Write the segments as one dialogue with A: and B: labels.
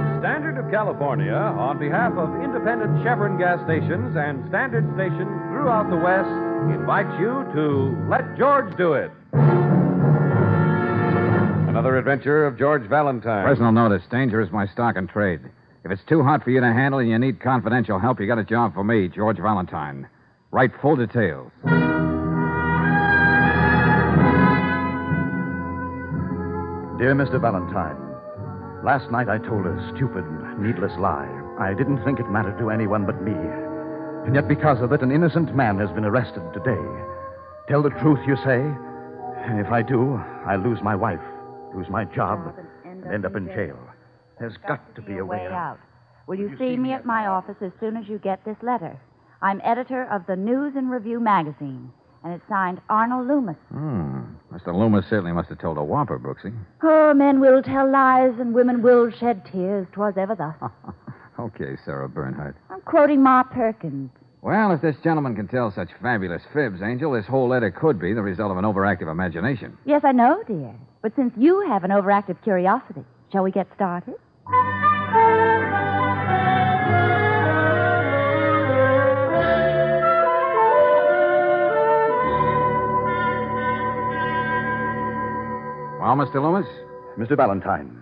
A: Riverside, California, on behalf of independent Chevron gas stations and standard stations throughout the West, invites you to Let George Do It. Another adventure of George Valentine.
B: Personal notice. Danger is my stock and trade. If it's too hot for you to handle and you need confidential help, you got a job for me, George Valentine. Write full details.
C: Dear Mr. Valentine, last night I told a stupid, needless lie. I didn't think it mattered to anyone but me. And yet, because of it, an innocent man has been arrested today. Tell the truth, you say? If I do, I lose my wife, lose my job, and end up in jail. There's got to be a way out.
D: Will you, see, me at my office as soon as you get this letter? I'm editor of the News and Review magazine, and it's signed Arnold Loomis.
B: Hmm. Mr. Loomis certainly must have told a whopper, Brooksy.
D: Oh, men will tell lies and women will shed tears. 'Twas ever thus.
B: okay, Sarah Bernhardt.
D: I'm quoting Ma Perkins.
B: Well, if this gentleman can tell such fabulous fibs, Angel, this whole letter could be the result of an overactive imagination.
D: Yes, I know, dear. But since you have an overactive curiosity, shall we get started?
B: Well, Mr. Loomis?
C: Mr. Valentine,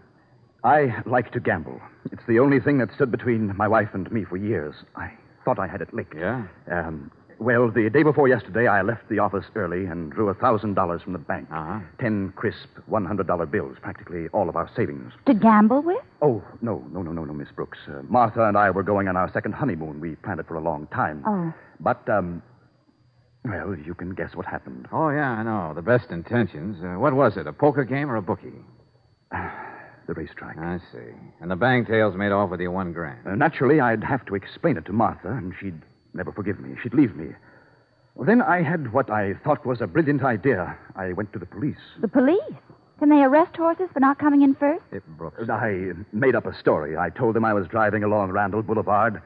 C: I like to gamble. It's the only thing that stood between my wife and me for years. I thought I had it licked.
B: Yeah?
C: Um, well, the day before yesterday, I left the office early and drew a thousand dollars from the bank.
B: Uh-huh.
C: Ten crisp one hundred dollar bills, practically all of our savings.
D: To gamble with?
C: Oh no, no, no, no, no, Miss Brooks. Uh, Martha and I were going on our second honeymoon. We planned it for a long time.
D: Oh.
C: But um, well, you can guess what happened.
B: Oh, yeah, I know. The best intentions. Uh, what was it, a poker game or a bookie?
C: The racetrack.
B: I see. And the bang tails made off with your one grand.
C: Uh, naturally, I'd have to explain it to Martha, and she'd never forgive me. She'd leave me. Well, then I had what I thought was a brilliant idea. I went to the police.
D: The police? Can they arrest horses for not coming in first?
B: It, Brooks.
C: And I made up a story. I told them I was driving along Randall Boulevard.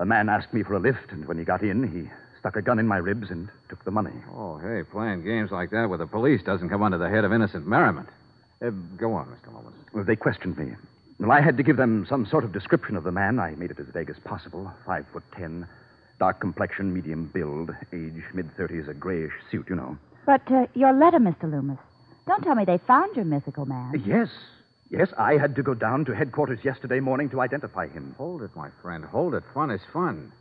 C: A man asked me for a lift, and when he got in, he stuck a gun in my ribs and took the money.
B: Oh, hey, playing games like that with the police doesn't come under the head of innocent merriment. Uh, go on, Mr. Loomis.
C: Well, they questioned me. Well, I had to give them some sort of description of the man. I made it as vague as possible. Five foot ten, dark complexion, medium build, age mid thirties, a grayish suit, you know.
D: But uh, your letter, Mr. Loomis. Don't tell me they found your mythical man.
C: Yes, yes, I had to go down to headquarters yesterday morning to identify him.
B: Hold it, my friend. Hold it. Fun is fun.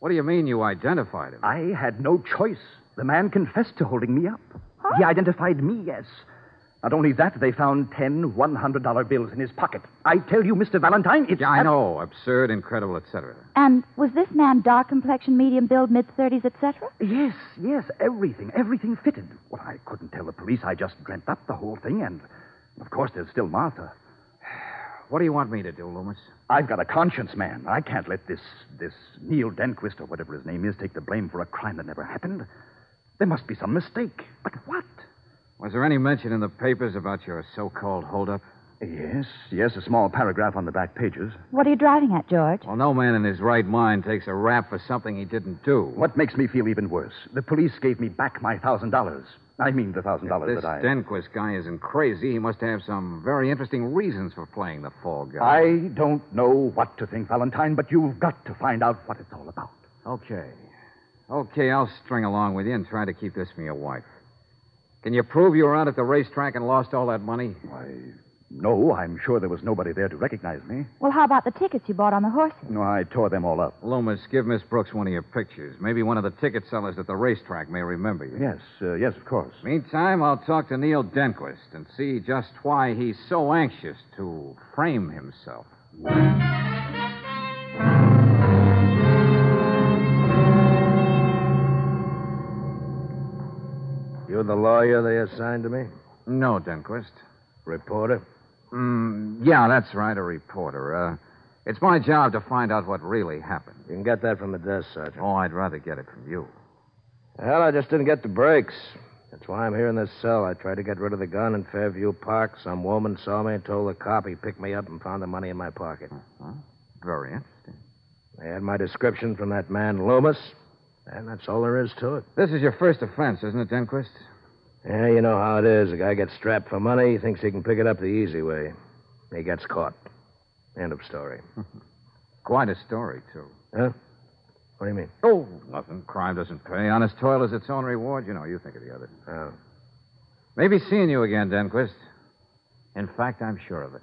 B: What do you mean you identified him?
C: I had no choice. The man confessed to holding me up. He identified me, yes. Not only that, they found ten $100 bills in his pocket. I tell you, Mr. Valentine, it's.
B: Yeah, I know. Absurd, incredible, etc.
D: And was this man dark complexion, medium build, mid 30s, etc.?
C: Yes, yes, everything, everything fitted. Well, I couldn't tell the police. I just dreamt up the whole thing, and of course, there's still Martha.
B: What do you want me to do, Loomis?
C: I've got a conscience, man. I can't let this, this Neil Denquist or whatever his name is take the blame for a crime that never happened. There must be some mistake. But what?
B: Was there any mention in the papers about your so-called holdup?
C: Yes, yes, a small paragraph on the back pages.
D: What are you driving at, George?
B: Well, no man in his right mind takes a rap for something he didn't do.
C: What makes me feel even worse? The police gave me back my thousand dollars. I mean, the thousand dollars
B: This
C: that I.
B: Denquist guy isn't crazy. He must have some very interesting reasons for playing the fall guy.
C: I don't know what to think, Valentine, but you've got to find out what it's all about.
B: Okay. Okay, I'll string along with you and try to keep this from your wife. Can you prove you were out at the racetrack and lost all that money?
C: Why, no, I'm sure there was nobody there to recognize me.
D: Well, how about the tickets you bought on the horses?
C: No, I tore them all up.
B: Loomis, give Miss Brooks one of your pictures. Maybe one of the ticket sellers at the racetrack may remember you.
C: Yes, uh, yes, of course.
B: Meantime, I'll talk to Neil Denquist and see just why he's so anxious to frame himself.
E: You the lawyer they assigned to me?
B: No, Denquist.
E: Reporter?
B: Mm, yeah, that's right, a reporter. Uh, it's my job to find out what really happened.
E: You can get that from the desk, Sergeant.
B: Oh, I'd rather get it from you.
E: Hell, I just didn't get the breaks. That's why I'm here in this cell. I tried to get rid of the gun in Fairview Park. Some woman saw me and told the cop he picked me up and found the money in my pocket.
B: Very interesting.
E: They had my description from that man Loomis, and that's all there is to it.
B: This is your first offense, isn't it, Denquist?
E: Yeah, you know how it is. A guy gets strapped for money, he thinks he can pick it up the easy way. He gets caught. End of story.
B: Quite a story, too.
E: Huh? What do you mean?
B: Oh, nothing. Crime doesn't pay. Honest toil is its own reward. You know, you think of the other.
E: Oh.
B: Maybe seeing you again, Denquist. In fact, I'm sure of it.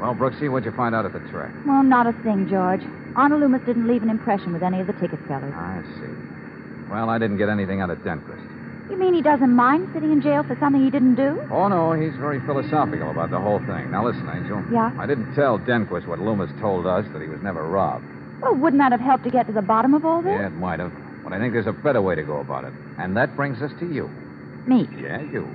B: Well, Brooksy, what'd you find out at the track?
D: Well, not a thing, George. Arnold Loomis didn't leave an impression with any of the ticket sellers.
B: I see. Well, I didn't get anything out of Denquist.
D: You mean he doesn't mind sitting in jail for something he didn't do?
B: Oh, no, he's very philosophical about the whole thing. Now, listen, Angel.
D: Yeah?
B: I didn't tell Denquist what Loomis told us, that he was never robbed.
D: Well, wouldn't that have helped to get to the bottom of all this?
B: Yeah, it might have. But I think there's a better way to go about it. And that brings us to you.
D: Me.
B: Yeah, you.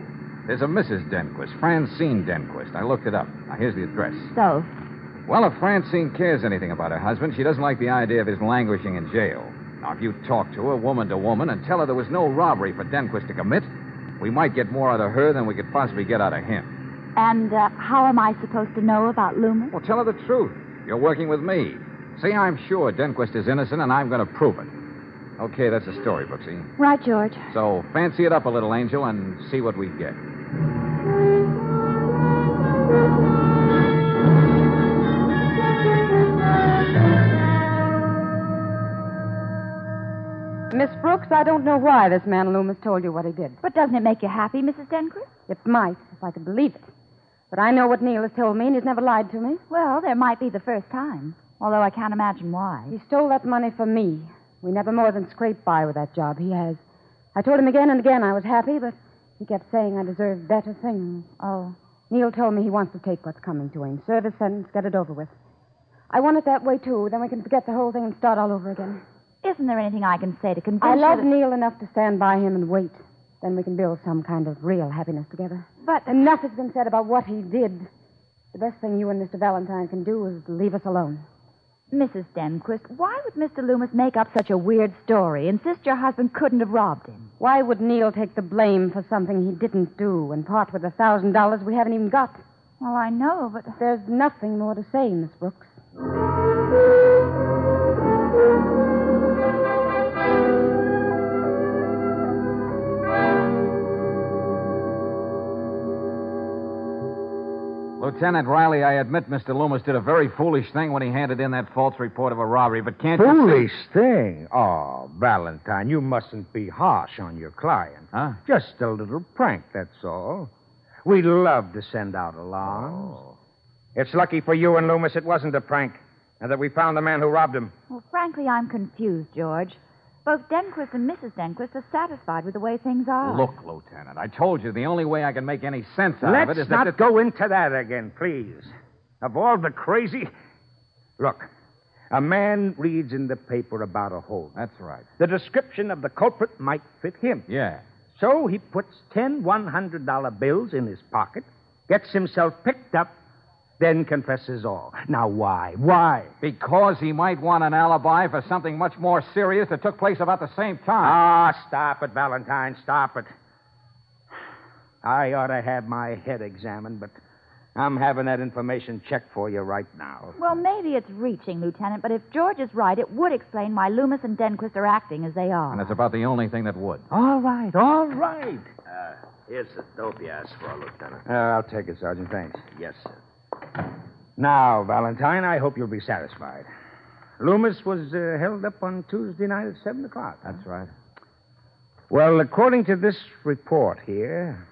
B: There's a Mrs. Denquist, Francine Denquist. I looked it up. Now, here's the address.
D: So,
B: Well, if Francine cares anything about her husband, she doesn't like the idea of his languishing in jail. Now, if you talk to her, woman to woman, and tell her there was no robbery for Denquist to commit, we might get more out of her than we could possibly get out of him.
D: and uh, how am I supposed to know about Loomis?
B: Well, tell her the truth. You're working with me. See, I'm sure Denquist is innocent, and I'm going to prove it. Okay, that's the story, Brooksy.
D: Right, George.
B: So fancy it up a little, Angel, and see what we get.
F: Miss Brooks, I don't know why this man Loomis told you what he did.
D: But doesn't it make you happy, Mrs. Denquist?
F: It might, if I could believe it. But I know what Neil has told me, and he's never lied to me.
D: Well, there might be the first time, although I can't imagine why.
F: He stole that money from me. We never more than scraped by with that job he has. I told him again and again I was happy, but he kept saying I deserved better things.
D: Oh,
F: Neil told me he wants to take what's coming to him. Serve his sentence, get it over with. I want it that way, too. Then we can forget the whole thing and start all over again.
D: isn't there anything I can say to convince
F: I
D: you
F: love
D: that-
F: Neil enough to stand by him and wait. Then we can build some kind of real happiness together.
D: But-
F: enough has been said about what he did. The best thing you and Mr. Valentine can do is leave us alone.
D: Mrs. Denquist, why would Mr. Loomis make up such a weird story? Insist your husband couldn't have robbed him.
F: Why would Neil take the blame for something he didn't do and part with a thousand dollars we haven't even got?
D: Well, I know, but
F: There's nothing more to say, Miss Brooks.
B: Lieutenant Riley, I admit Mr. Loomis did a very foolish thing when he handed in that false report of a robbery, but can't you-
C: Foolish thing. Oh, Valentine, you mustn't be harsh on your client.
B: Huh?
C: Just a little prank, that's all. We love to send out alarms. Oh. It's lucky for you and Loomis it wasn't a prank, and that we found the man who robbed him.
D: well, frankly, I'm confused, George. Both Denquist and Mrs. Denquist are satisfied with the way things
C: Oh.
D: are.
B: Look, Lieutenant, I told you the only way I can make any sense out of it
C: Let's
B: is
C: not
B: that...
C: go into that again, please. Of all the crazy. Look, a man reads in the paper about a hold.
B: That's right.
C: The description of the culprit might fit him.
B: Yeah.
C: So he puts ten $100 bills in his pocket, gets himself picked up, then confesses all. Now, why? Why?
B: Because he might want an alibi for something much more serious that took place about the same time.
C: Ah, stop it, Valentine, stop it. I ought to have my head examined, but I'm having that information checked for you right now.
D: Well, maybe it's reaching, Lieutenant, but if George is right, it would explain why Loomis and Denquist are acting as they
B: and
D: are.
B: that's about the only thing that would.
C: All right, all right.
E: Uh, Here's the dope you asked for, Lieutenant.
C: Uh, I'll take it, Sergeant. Thanks.
E: Yes, sir.
C: Now, Valentine, I hope you'll be satisfied. Loomis was uh, held up on Tuesday night at 7 o'clock. huh?
B: That's right.
C: Well, according to this report here,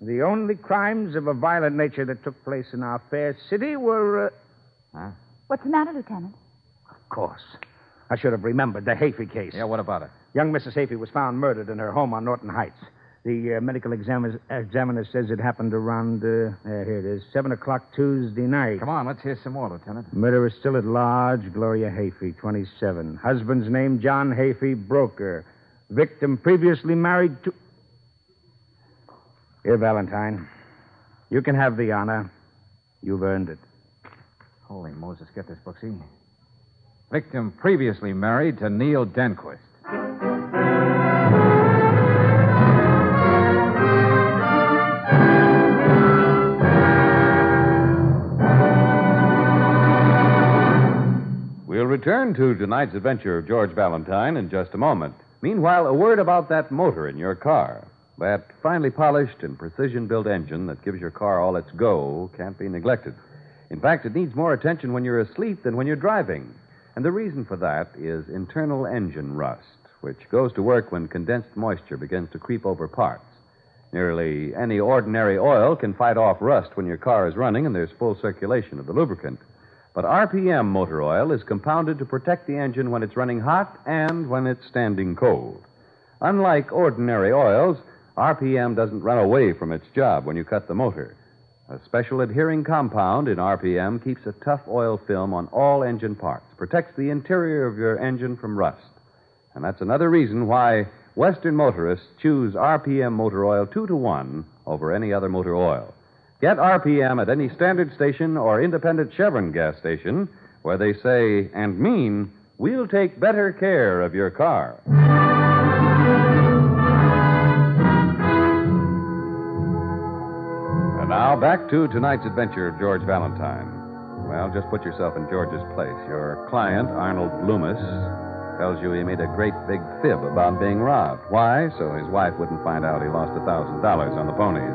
C: the only crimes of a violent nature that took place in our fair city were, uh,
D: What's the matter, Lieutenant?
C: of course, I should have remembered the Hafey case.
B: Yeah, what about it?
C: Young Mrs. Hafey was found murdered in her home on Norton Heights. The uh, medical examiner, examiner says it happened around, uh, uh, here it is, 7 o'clock Tuesday night.
B: Come on, let's hear some more, Lieutenant.
C: Murderer still at large, Gloria Hafey, 27. Husband's name, John Hafey, broker. Victim previously married to. Here, Valentine. You can have the honor. You've earned it.
B: Holy Moses, get this, Brooksy. Victim previously married to Neil Denquist.
A: We'll return. return to tonight's adventure of George Valentine in just a moment. Meanwhile, a word about that motor in your car. That finely polished and precision built engine that gives your car all its go can't be neglected. In fact, it needs more attention when you're asleep than when you're driving. And the reason for that is internal engine rust, which goes to work when condensed moisture begins to creep over parts. Nearly any ordinary oil can fight off rust when your car is running and there's full circulation of the lubricant. But RPM motor oil is compounded to protect the engine when it's running hot and when it's standing cold. Unlike ordinary oils, RPM doesn't run away from its job when you cut the motor. A special adhering compound in RPM keeps a tough oil film on all engine parts, protects the interior of your engine from rust. And that's another reason why Western motorists choose RPM motor oil two to one over any other motor oil. Get RPM at any standard station or independent Chevron gas station where they say and mean, we'll take better care of your car. And now back to tonight's adventure of George Valentine. Well, just put yourself in George's place. Your client, Arnold Loomis, tells you he made a great big fib about being robbed. Why? So his wife wouldn't find out he lost $1,000 on the ponies.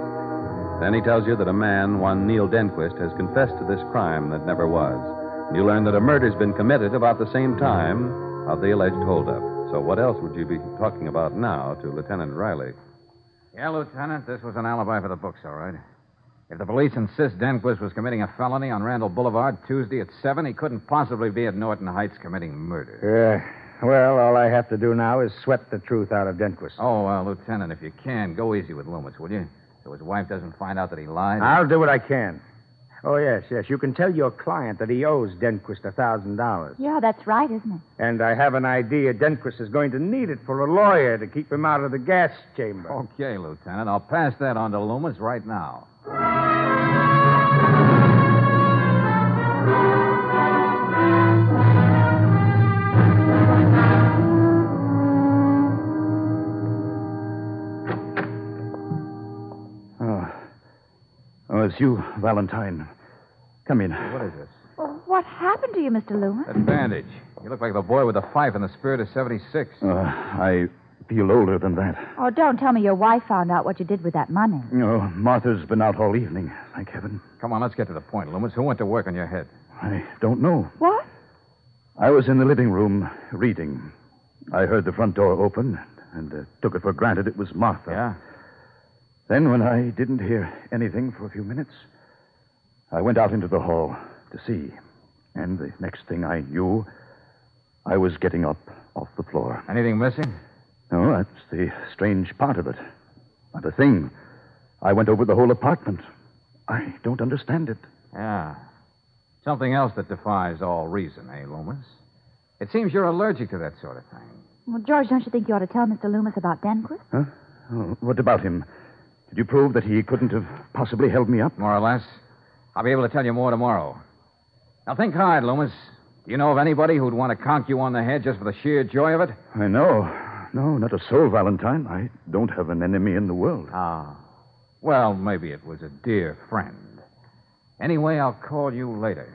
A: Then he tells you that a man, one Neil Denquist, has confessed to this crime that never was. And you learn that a murder's been committed about the same time of the alleged holdup. So what else would you be talking about now to Lieutenant Riley?
B: Yeah, Lieutenant, this was an alibi for the books, all right. If the police insist Denquist was committing a felony on Randall Boulevard Tuesday at 7, he couldn't possibly be at Norton Heights committing murder.
C: Yeah. Uh, Well, all I have to do now is sweat the truth out of Denquist.
B: Oh, uh, Lieutenant, if you can, go easy with Loomis, will you? So his wife doesn't find out that he lied.
C: I'll do what I can. Oh, yes, yes. You can tell your client that he owes Denquist a $1,000.
D: Yeah, that's right, isn't it?
C: And I have an idea Denquist is going to need it for a lawyer to keep him out of the gas chamber.
B: Okay, Lieutenant, I'll pass that on to Loomis right now.
G: Oh. oh, it's you, Valentine. Come in. Uh,
B: What is this?
D: Well, what happened to you, Mr. Loomis?
B: That bandage. You look like the boy with the fife and the spirit of 76.
G: Uh, I feel older than that.
D: Oh, don't tell me your wife found out what you did with that money.
G: No, Martha's been out all evening, thank heaven.
B: Come on, let's get to the point, Loomis. Who went to work on your head?
G: I don't know.
D: What?
G: I was in the living room reading. I heard the front door open and uh, took it for granted it was Martha.
B: Yeah?
G: Then, when I didn't hear anything for a few minutes, I went out into the hall to see. And the next thing I knew, I was getting up off the floor.
B: Anything missing?
G: No, that's the strange part of it. Not a thing. I went over the whole apartment. I don't understand it.
B: Yeah. Something else that defies all reason, eh, Loomis? It seems you're allergic to that sort of thing.
D: Well, George, don't you think you ought to tell Mr. Loomis about Denquist?
G: Huh? Oh, what about him? Did you prove that he couldn't have possibly held me up?
B: More or less. I'll be able to tell you more tomorrow. Now think hard, Loomis. Do you know of anybody who'd want to conk you on the head just for the sheer joy of it?
G: I know. No, not a soul, Valentine. I don't have an enemy in the world.
B: Ah. Well, maybe it was a dear friend. Anyway, I'll call you later.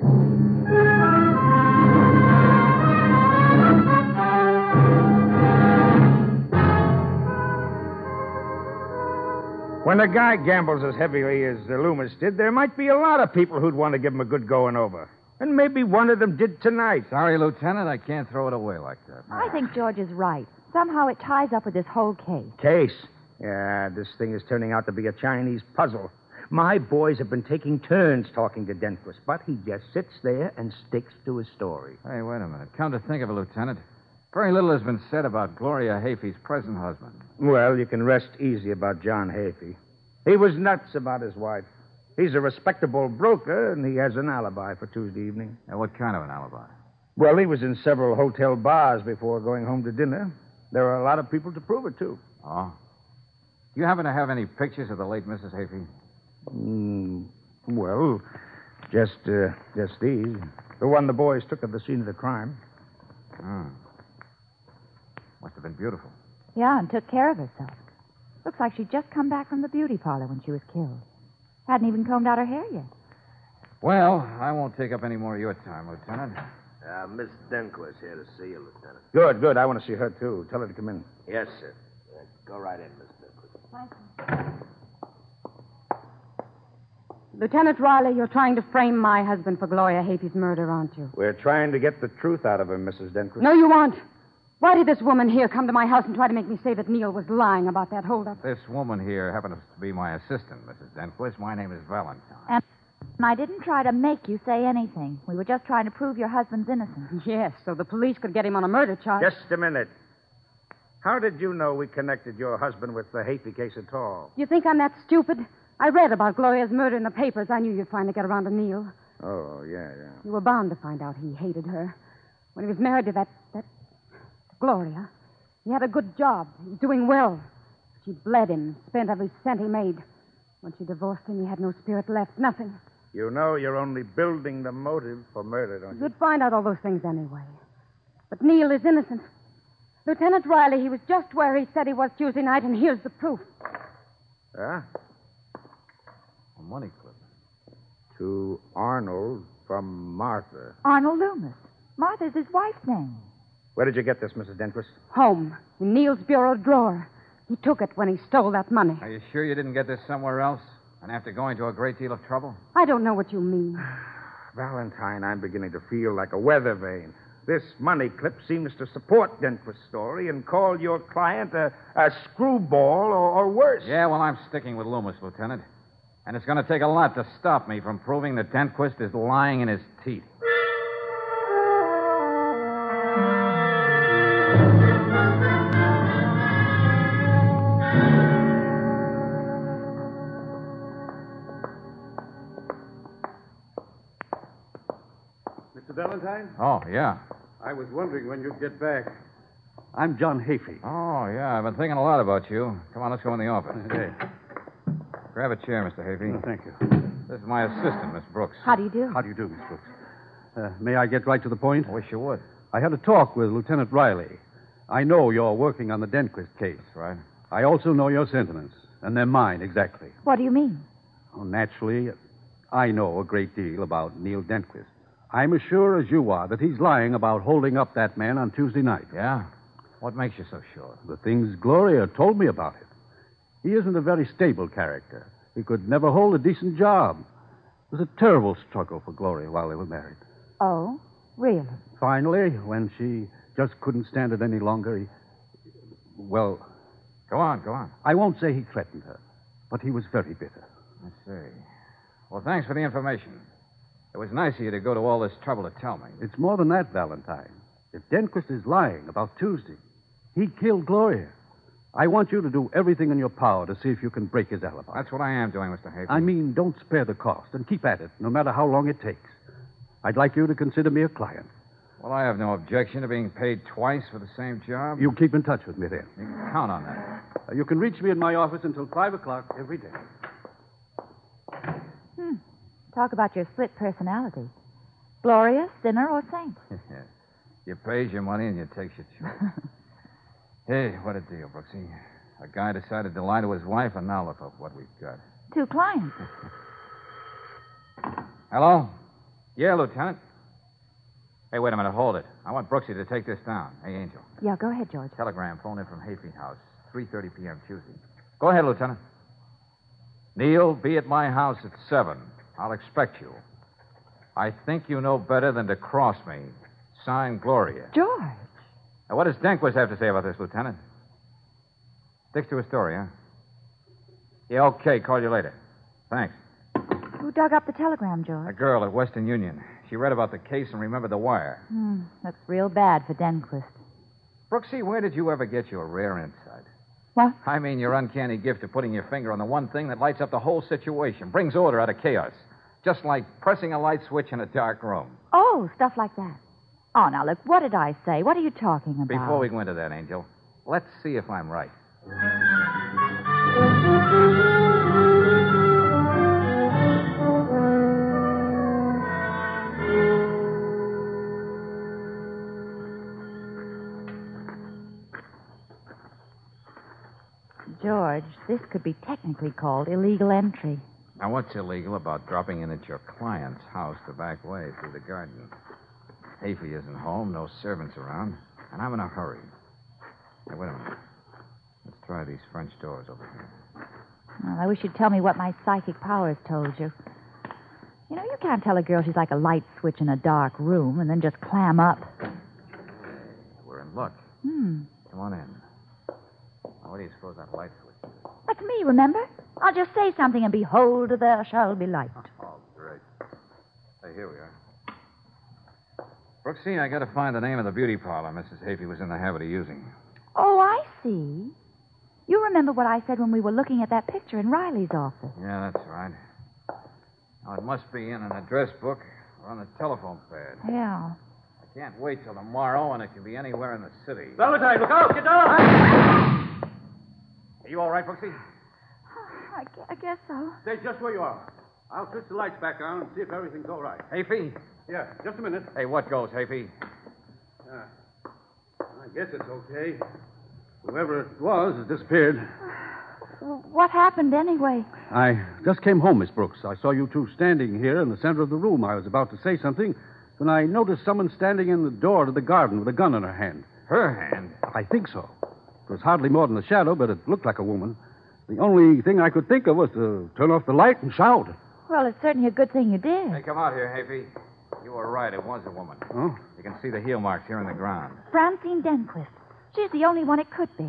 C: When a guy gambles as heavily as uh, Loomis did, there might be a lot of people who'd want to give him a good going over. And maybe one of them did tonight.
B: Sorry, Lieutenant, I can't throw it away like that.
D: I think George is right. Somehow it ties up with this whole case.
C: Case. Yeah, this thing is turning out to be a Chinese puzzle. My boys have been taking turns talking to Denquist, but he just sits there and sticks to his story.
B: Hey, wait a minute. Come to think of it, Lieutenant, very little has been said about Gloria Hafey's present husband.
C: Well, you can rest easy about John Hafey. He was nuts about his wife. He's a respectable broker, and he has an alibi for Tuesday evening.
B: Now, what kind of an alibi?
C: Well, he was in several hotel bars before going home to dinner. There are a lot of people to prove it to.
B: Oh? Do you happen to have any pictures of the late Mrs. Hafey?
C: Mm, well, just uh, just these. The one the boys took at the scene of the crime.
B: Hmm. Must have been beautiful.
D: Yeah, and took care of herself. Looks like she'd just come back from the beauty parlor when she was killed. Hadn't even combed out her hair yet.
B: Well, I won't take up any more of your time, Lieutenant.
H: Uh, Miss Denquist here to see you, Lieutenant.
C: Good, good. I want to see her, too. Tell her to come in.
H: Yes, sir. Uh, Go right in, Miss Denquist.
F: Lieutenant Riley, you're trying to frame my husband for Gloria Hapy's murder, aren't you?
C: We're trying to get the truth out of her, Mrs. Denquist.
F: No, you aren't. Why did this woman here come to my house and try to make me say that Neil was lying about that holdup?
B: This woman here happens to be my assistant, Mrs. Denquist. My name is Valentine.
D: And I didn't try to make you say anything. We were just trying to prove your husband's innocence.
F: Yes, so the police could get him on a murder charge.
C: Just a minute. How did you know we connected your husband with the Hafey case at all?
F: You think I'm that stupid? I read about Gloria's murder in the papers. I knew you'd finally get around to Neil.
C: Oh, yeah, yeah.
F: You were bound to find out he hated her. When he was married to that, that Gloria, he had a good job. He was doing well. She bled him, spent every cent he made. When she divorced him, he had no spirit left, nothing.
C: You know you're only building the motive for murder, don't you?
F: You'd find out all those things anyway. But Neil is innocent. Lieutenant Riley, he was just where he said he was Tuesday night, and here's the proof.
C: Huh?
B: A money clip.
C: To Arnold from Martha.
D: Arnold Loomis. Martha's his wife's name.
C: Where did you get this, Mrs. Denquist?
F: Home, in Neil's bureau drawer. He took it when he stole that money.
B: Are you sure you didn't get this somewhere else? And after going to a great deal of trouble?
F: I don't know what you mean.
C: Valentine, I'm beginning to feel like a weather vane. This money clip seems to support Denquist's story and call your client a, a screwball or, or worse.
B: Yeah, well, I'm sticking with Loomis, Lieutenant. And it's going to take a lot to stop me from proving that Denquist is lying in his teeth.
I: Mr. Valentine,
B: Oh, yeah.
I: I was wondering when you'd get back.
A: I'm John Hafey.
B: Oh, yeah. I've been thinking a lot about you. Come on, let's go in the office. Hey. Grab a chair, Mr. Havey.
A: Thank you.
B: This is my assistant, Miss Brooks.
D: How do you do?
A: How do you do, Miss Brooks? Uh, may I get right to the point?
B: I wish you would.
A: I had a talk with Lieutenant Riley. I know you're working on the Denquist case.
B: That's right.
A: I also know your sentiments, and they're mine exactly.
D: What do you mean?
A: Oh, naturally, I know a great deal about Neil Denquist. I'm as sure as you are that he's lying about holding up that man on Tuesday night.
B: Yeah? What makes you so sure?
A: The things Gloria told me about him. He isn't a very stable character. He could never hold a decent job. It was a terrible struggle for Gloria while they were married.
D: Oh, really?
A: Finally, when she just couldn't stand it any longer, he. Well,
B: Go on, go on.
A: I won't say he threatened her, but he was very bitter.
B: Let's see. Well, thanks for the information. It was nice of you to go to all this trouble to tell me.
A: It's more than that, Valentine. If Denquist is lying about Tuesday, he killed Gloria. I want you to do everything in your power to see if you can break his alibi.
B: That's what I am doing, Mr. Havey.
A: I mean, don't spare the cost and keep at it, no matter how long it takes. I'd like you to consider me a client.
B: Well, I have no objection to being paid twice for the same job.
A: You keep in touch with me then.
B: You can count on that.
A: Uh, You can reach me in my office until 5 o'clock every day.
D: Talk about your split personality. Gloria, sinner, or saint?
B: you pays your money and you takes your choice. hey, what a deal, Brooksy. A guy decided to lie to his wife, and now look at what we've got.
D: Two clients.
B: Hello? Yeah, Lieutenant. Hey, wait a minute. Hold it. I want Brooksy to take this down. Hey, Angel.
D: Yeah, go ahead, George.
B: Telegram phone in from Hayfee House, 3.30 p.m. Tuesday. Go ahead, Lieutenant. Neil, be at my house at 7. I'll expect you. I think you know better than to cross me. Signed, Gloria.
D: George.
B: Now, what does Denquist have to say about this, Lieutenant? Sticks to his story, huh? Yeah, okay. Call you later. Thanks.
D: Who dug up the telegram,
B: A
D: George?
B: girl at Western Union. She read about the case and remembered the wire.
D: Hmm, looks real bad for Denquist.
B: Brooksy, where did you ever get your rare insight?
D: What?
B: I mean, your uncanny gift of putting your finger on the one thing that lights up the whole situation, brings order out of chaos. Just like pressing a light switch in a dark room.
D: Oh, stuff like that. Oh, now look, what did I say? What are you talking about?
B: Before we go into that, Angel, let's see if I'm right.
D: George, this could be technically called illegal entry.
B: Now, what's illegal about dropping in at your client's house the back way through the garden? Hafey isn't home, no servants around, and I'm in a hurry. Now, wait a minute. Let's try these French doors over here.
D: Well, I wish you'd tell me what my psychic powers told you. You know, you can't tell a girl she's like a light switch in a dark room and then just clam up.
B: We're in luck.
D: Hmm.
B: Come on in. Now, what do you suppose that light switch is?
D: That's me, remember? I'll just say something and behold, there shall be light.
B: Oh, great. Hey, here we are. Brooksy, I gotta find the name of the beauty parlor Mrs. Hafey was in the habit of using.
D: Oh, I see. You remember what I said when we were looking at that picture in Riley's office.
B: Yeah, that's right. Now, it must be in an address book or on the telephone pad.
D: Yeah.
B: I can't wait till tomorrow, and it can be anywhere in the city.
J: Valentine, look out! Get down! Are you all right, Brooksy?
D: I, guess so.
J: Stay just where you are. I'll switch the lights back on and see if everything's all right.
B: Hafey?
J: Yeah, just a minute.
B: Hey, what goes, Hafey?
J: Uh, I guess it's okay. Whoever it was has disappeared.
D: What happened anyway?
J: I just came home, Miss Brooks. I saw you two standing here in the center of the room. I was about to say something when I noticed someone standing in the door to the garden with a gun in her hand.
B: Her hand?
J: I think so. It was hardly more than a shadow, but it looked like a woman. The only thing I could think of was to turn off the light and shout.
D: Well, it's certainly a good thing you did.
B: Hey, come out here, Hafey. You were right. It was a woman.
J: Oh,
B: You can see the heel marks here in the ground.
D: Francine Denquist. She's the only one it could be.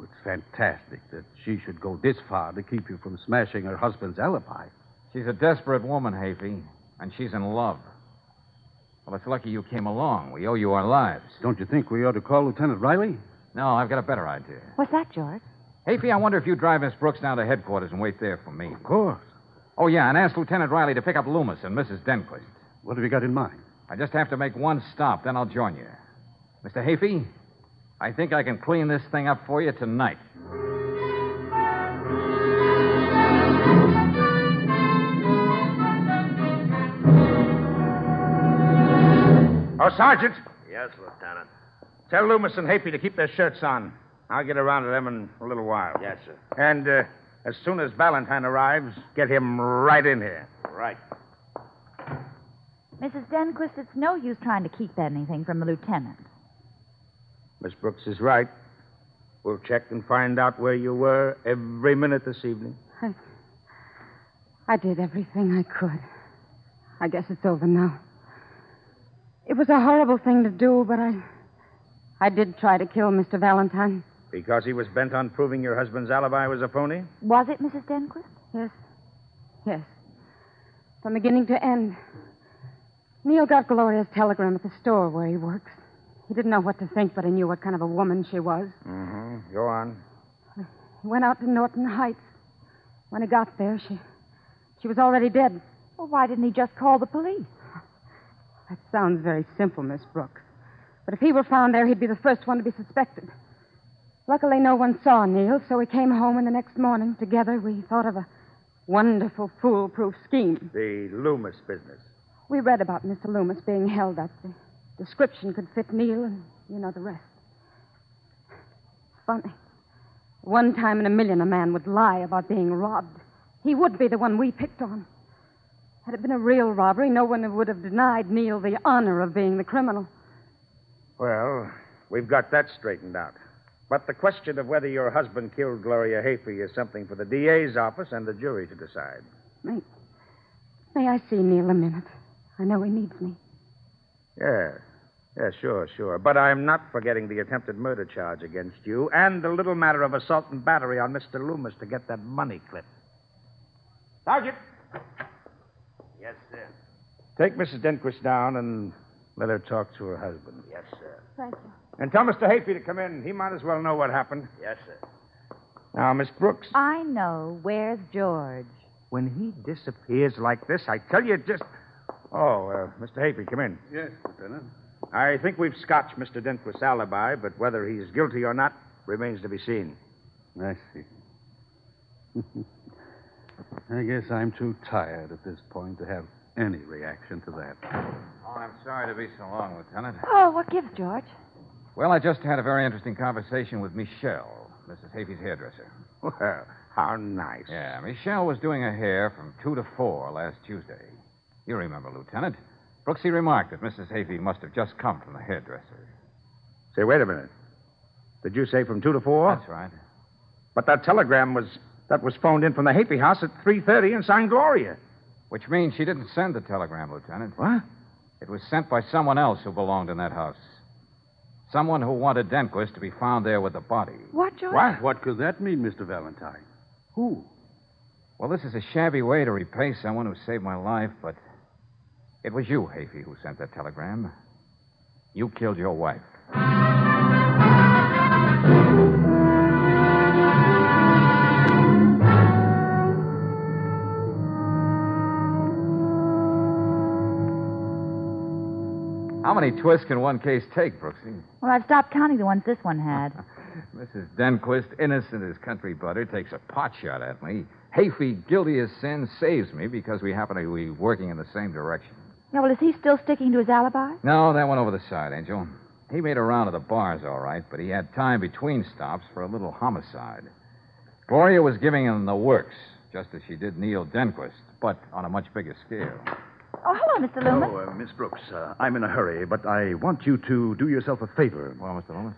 J: it's fantastic that she should go this far to keep you from smashing her husband's alibi.
B: She's a desperate woman, Hafey, and she's in love. Well, it's lucky you came along. We owe you our lives.
J: Don't you think we ought to call Lieutenant Riley?
B: No, I've got a better idea.
D: What's that, George?
B: Hafey, I wonder if you drive Miss Brooks down to headquarters and wait there for me.
J: Of course.
B: Oh, yeah, and ask Lieutenant Riley to pick up Loomis and Mrs. Denquist.
J: What have you got in mind?
B: I just have to make one stop, then I'll join you. Mr. Hafey, I think I can clean this thing up for you tonight.
C: Oh, Sergeant,
E: Yes, Lieutenant.
C: tell Loomis and Hapey to keep their shirts on. I'll get around to them in a little while.
E: Yes, sir.
C: And uh, as soon as Valentine arrives, get him right in here.
E: Right.
D: Mrs. Denquist, it's no use trying to keep anything from the lieutenant.
C: Miss Brooks is right. We'll check and find out where you were every minute this evening.
F: I did everything I could. I guess it's over now. It was a horrible thing to do, but I. I did try to kill Mr. Valentine.
C: Because he was bent on proving your husband's alibi was a phony?
D: Was it Mrs. Denquist?
F: Yes. Yes. From beginning to end. Neil got Gloria's telegram at the store where he works. He didn't know what to think, but he knew what kind of a woman she was.
C: Mm-hmm. Go on.
F: He went out to Norton Heights. When he got there, she. She was already dead.
D: Well, why didn't he just call the police?
F: That sounds very simple, Miss Brooks. But if he were found there, he'd be the first one to be suspected. Luckily, no one saw Neil, so we came home, and the next morning, together, we thought of a wonderful, foolproof scheme.
C: The Loomis business.
F: We read about Mr. Loomis being held up. The description could fit Neil, and you know the rest. It's funny. One time in a million, a man would lie about being robbed. He would be the one we picked on. Had it been a real robbery, no one would have denied Neil the honor of being the criminal.
C: Well, we've got that straightened out. But the question of whether your husband killed Gloria Hafey is something for the DA's office and the jury to decide.
F: May, may I see Neil a minute? I know he needs me.
C: Yeah. Yeah, sure, sure. But I'm not forgetting the attempted murder charge against you and the little matter of assault and battery on Mr. Loomis to get that money clip. Sergeant!
E: Yes, sir.
C: Take Mrs. Denquist down and let her talk to her husband.
E: Yes, sir.
F: Thank you.
C: And tell Mr. Hafey to come in. He might as well know what happened.
E: Yes, sir.
C: Now, Miss Brooks,
D: I know. Where's George?
C: when he disappears like this, I tell you just. Oh, uh, Mr. Hafey, come in.
J: Yes, Lieutenant.
C: I think we've scotched Mr. Denquist's alibi, but whether he's guilty or not remains to be seen.
J: I see. I guess I'm too tired at this point to have any reaction to that.
B: Oh, I'm sorry to be so long, Lieutenant.
D: Oh, what gives, George?
B: Well, I just had a very interesting conversation with Michelle, Mrs. Hafey's hairdresser.
C: Well, how nice.
B: Yeah, Michelle was doing her hair from 2 to 4 last Tuesday. You remember, Lieutenant. Brooksy remarked that Mrs. Hafey must have just come from the hairdresser.
C: Say, wait a minute. Did you say from two to four?
B: That's right.
C: But that telegram was that was phoned in from the Hapey house at three thirty and signed Gloria.
B: Which means she didn't send the telegram, Lieutenant.
C: What?
B: It was sent by someone else who belonged in that house. Someone who wanted Denquist to be found there with the body.
D: What, George?
J: What could that mean, Mr. Valentine? Who?
B: Well, this is a shabby way to repay someone who saved my life, but it was you, Hafey, who sent that telegram. You killed your wife. How many twists can one case take, Brooksy?
D: Well, I've stopped counting the ones this one had.
B: Mrs. Denquist, innocent as country butter, takes a pot shot at me. Hafey, guilty as sin, saves me because we happen to be working in the same direction.
D: Yeah, well, is he still sticking to his alibi?
B: No, that went over the side, Angel. He made a round of the bars, all right, but he had time between stops for a little homicide. Gloria was giving him the works, just as she did Neil Denquist, but on a much bigger scale.
D: Oh, hello, Mr. Loomis.
G: Oh, uh, Miss Brooks, uh, I'm in a hurry, but I want you to do yourself a favor.
B: Well, Mr. Loomis?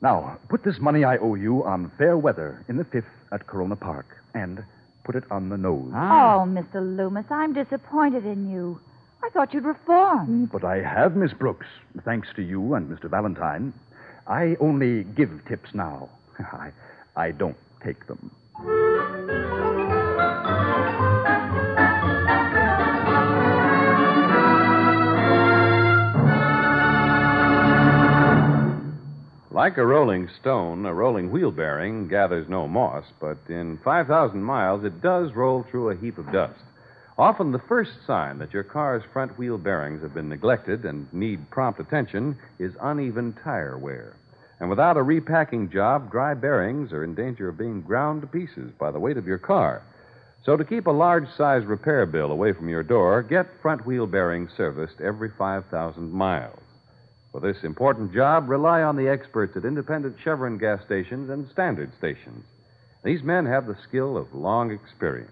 G: Now, put this money I owe you on fair weather in the fifth at Corona Park, and put it on the nose.
D: Oh, Mr. Loomis, I'm disappointed in you. I thought you'd reform.
G: But I have, Miss Brooks, thanks to you and Mr. Valentine. I only give tips now. I, I don't take them.
A: Like a rolling stone, a rolling wheel bearing gathers no moss, but in 5,000 miles it does roll through a heap of dust. Often the first sign that your car's front wheel bearings have been neglected and need prompt attention is uneven tire wear. And without a repacking job, dry bearings are in danger of being ground to pieces by the weight of your car. So to keep a large size repair bill away from your door, get front wheel bearings serviced every 5,000 miles. For this important job, rely on the experts at independent Chevron gas stations and standard stations. These men have the skill of long experience,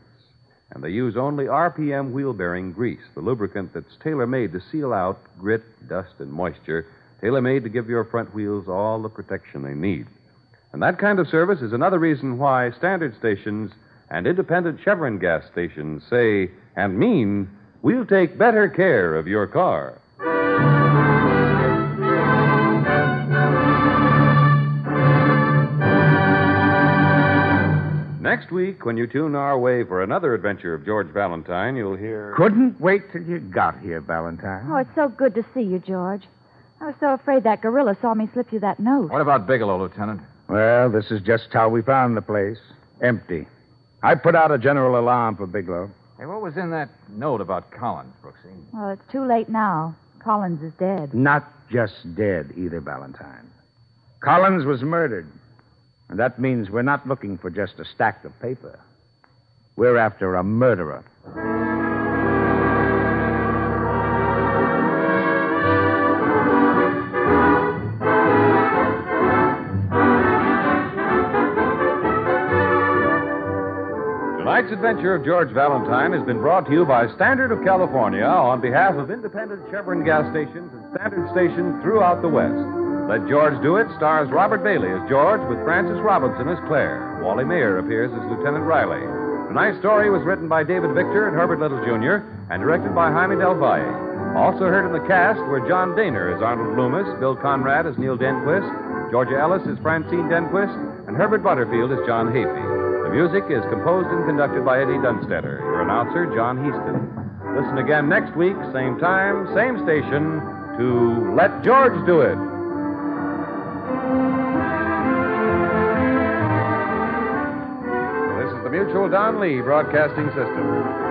A: and they use only RPM wheel bearing grease, the lubricant that's tailor made to seal out grit, dust, and moisture, tailor made to give your front wheels all the protection they need. And that kind of service is another reason why standard stations and independent Chevron gas stations say and mean we'll take better care of your car. Next week, when you tune our way for another adventure of George Valentine, you'll hear.
C: Couldn't wait till you got here, Valentine.
D: Oh, it's so good to see you, George. I was so afraid that gorilla saw me slip you that note.
B: What about Bigelow, Lieutenant?
C: Well, this is just how we found the place empty. I put out a general alarm for Bigelow.
B: Hey, what was in that note about Collins, Brooksy?
D: Well, it's too late now. Collins is dead.
C: Not just dead either, Valentine. Collins was murdered. And that means we're not looking for just a stack of paper. We're after a murderer.
A: Tonight's adventure of George Valentine has been brought to you by Standard of California on behalf of independent Chevron gas stations and standard stations throughout the West. Let George Do It stars Robert Bailey as George with Francis Robinson as Claire. Wally Mayer appears as Lieutenant Riley. Tonight's story was written by David Victor and Herbert Little Jr. and directed by Jaime Del Valle. Also heard in the cast were John Daner as Arnold Loomis, Bill Conrad as Neil Denquist, Georgia Ellis as Francine Denquist, and Herbert Butterfield as John Hafey. The music is composed and conducted by Eddie Dunstetter, your announcer, John Heaston. Listen again next week, same time, same station, to Let George Do It. This is the Mutual Don Lee Broadcasting System.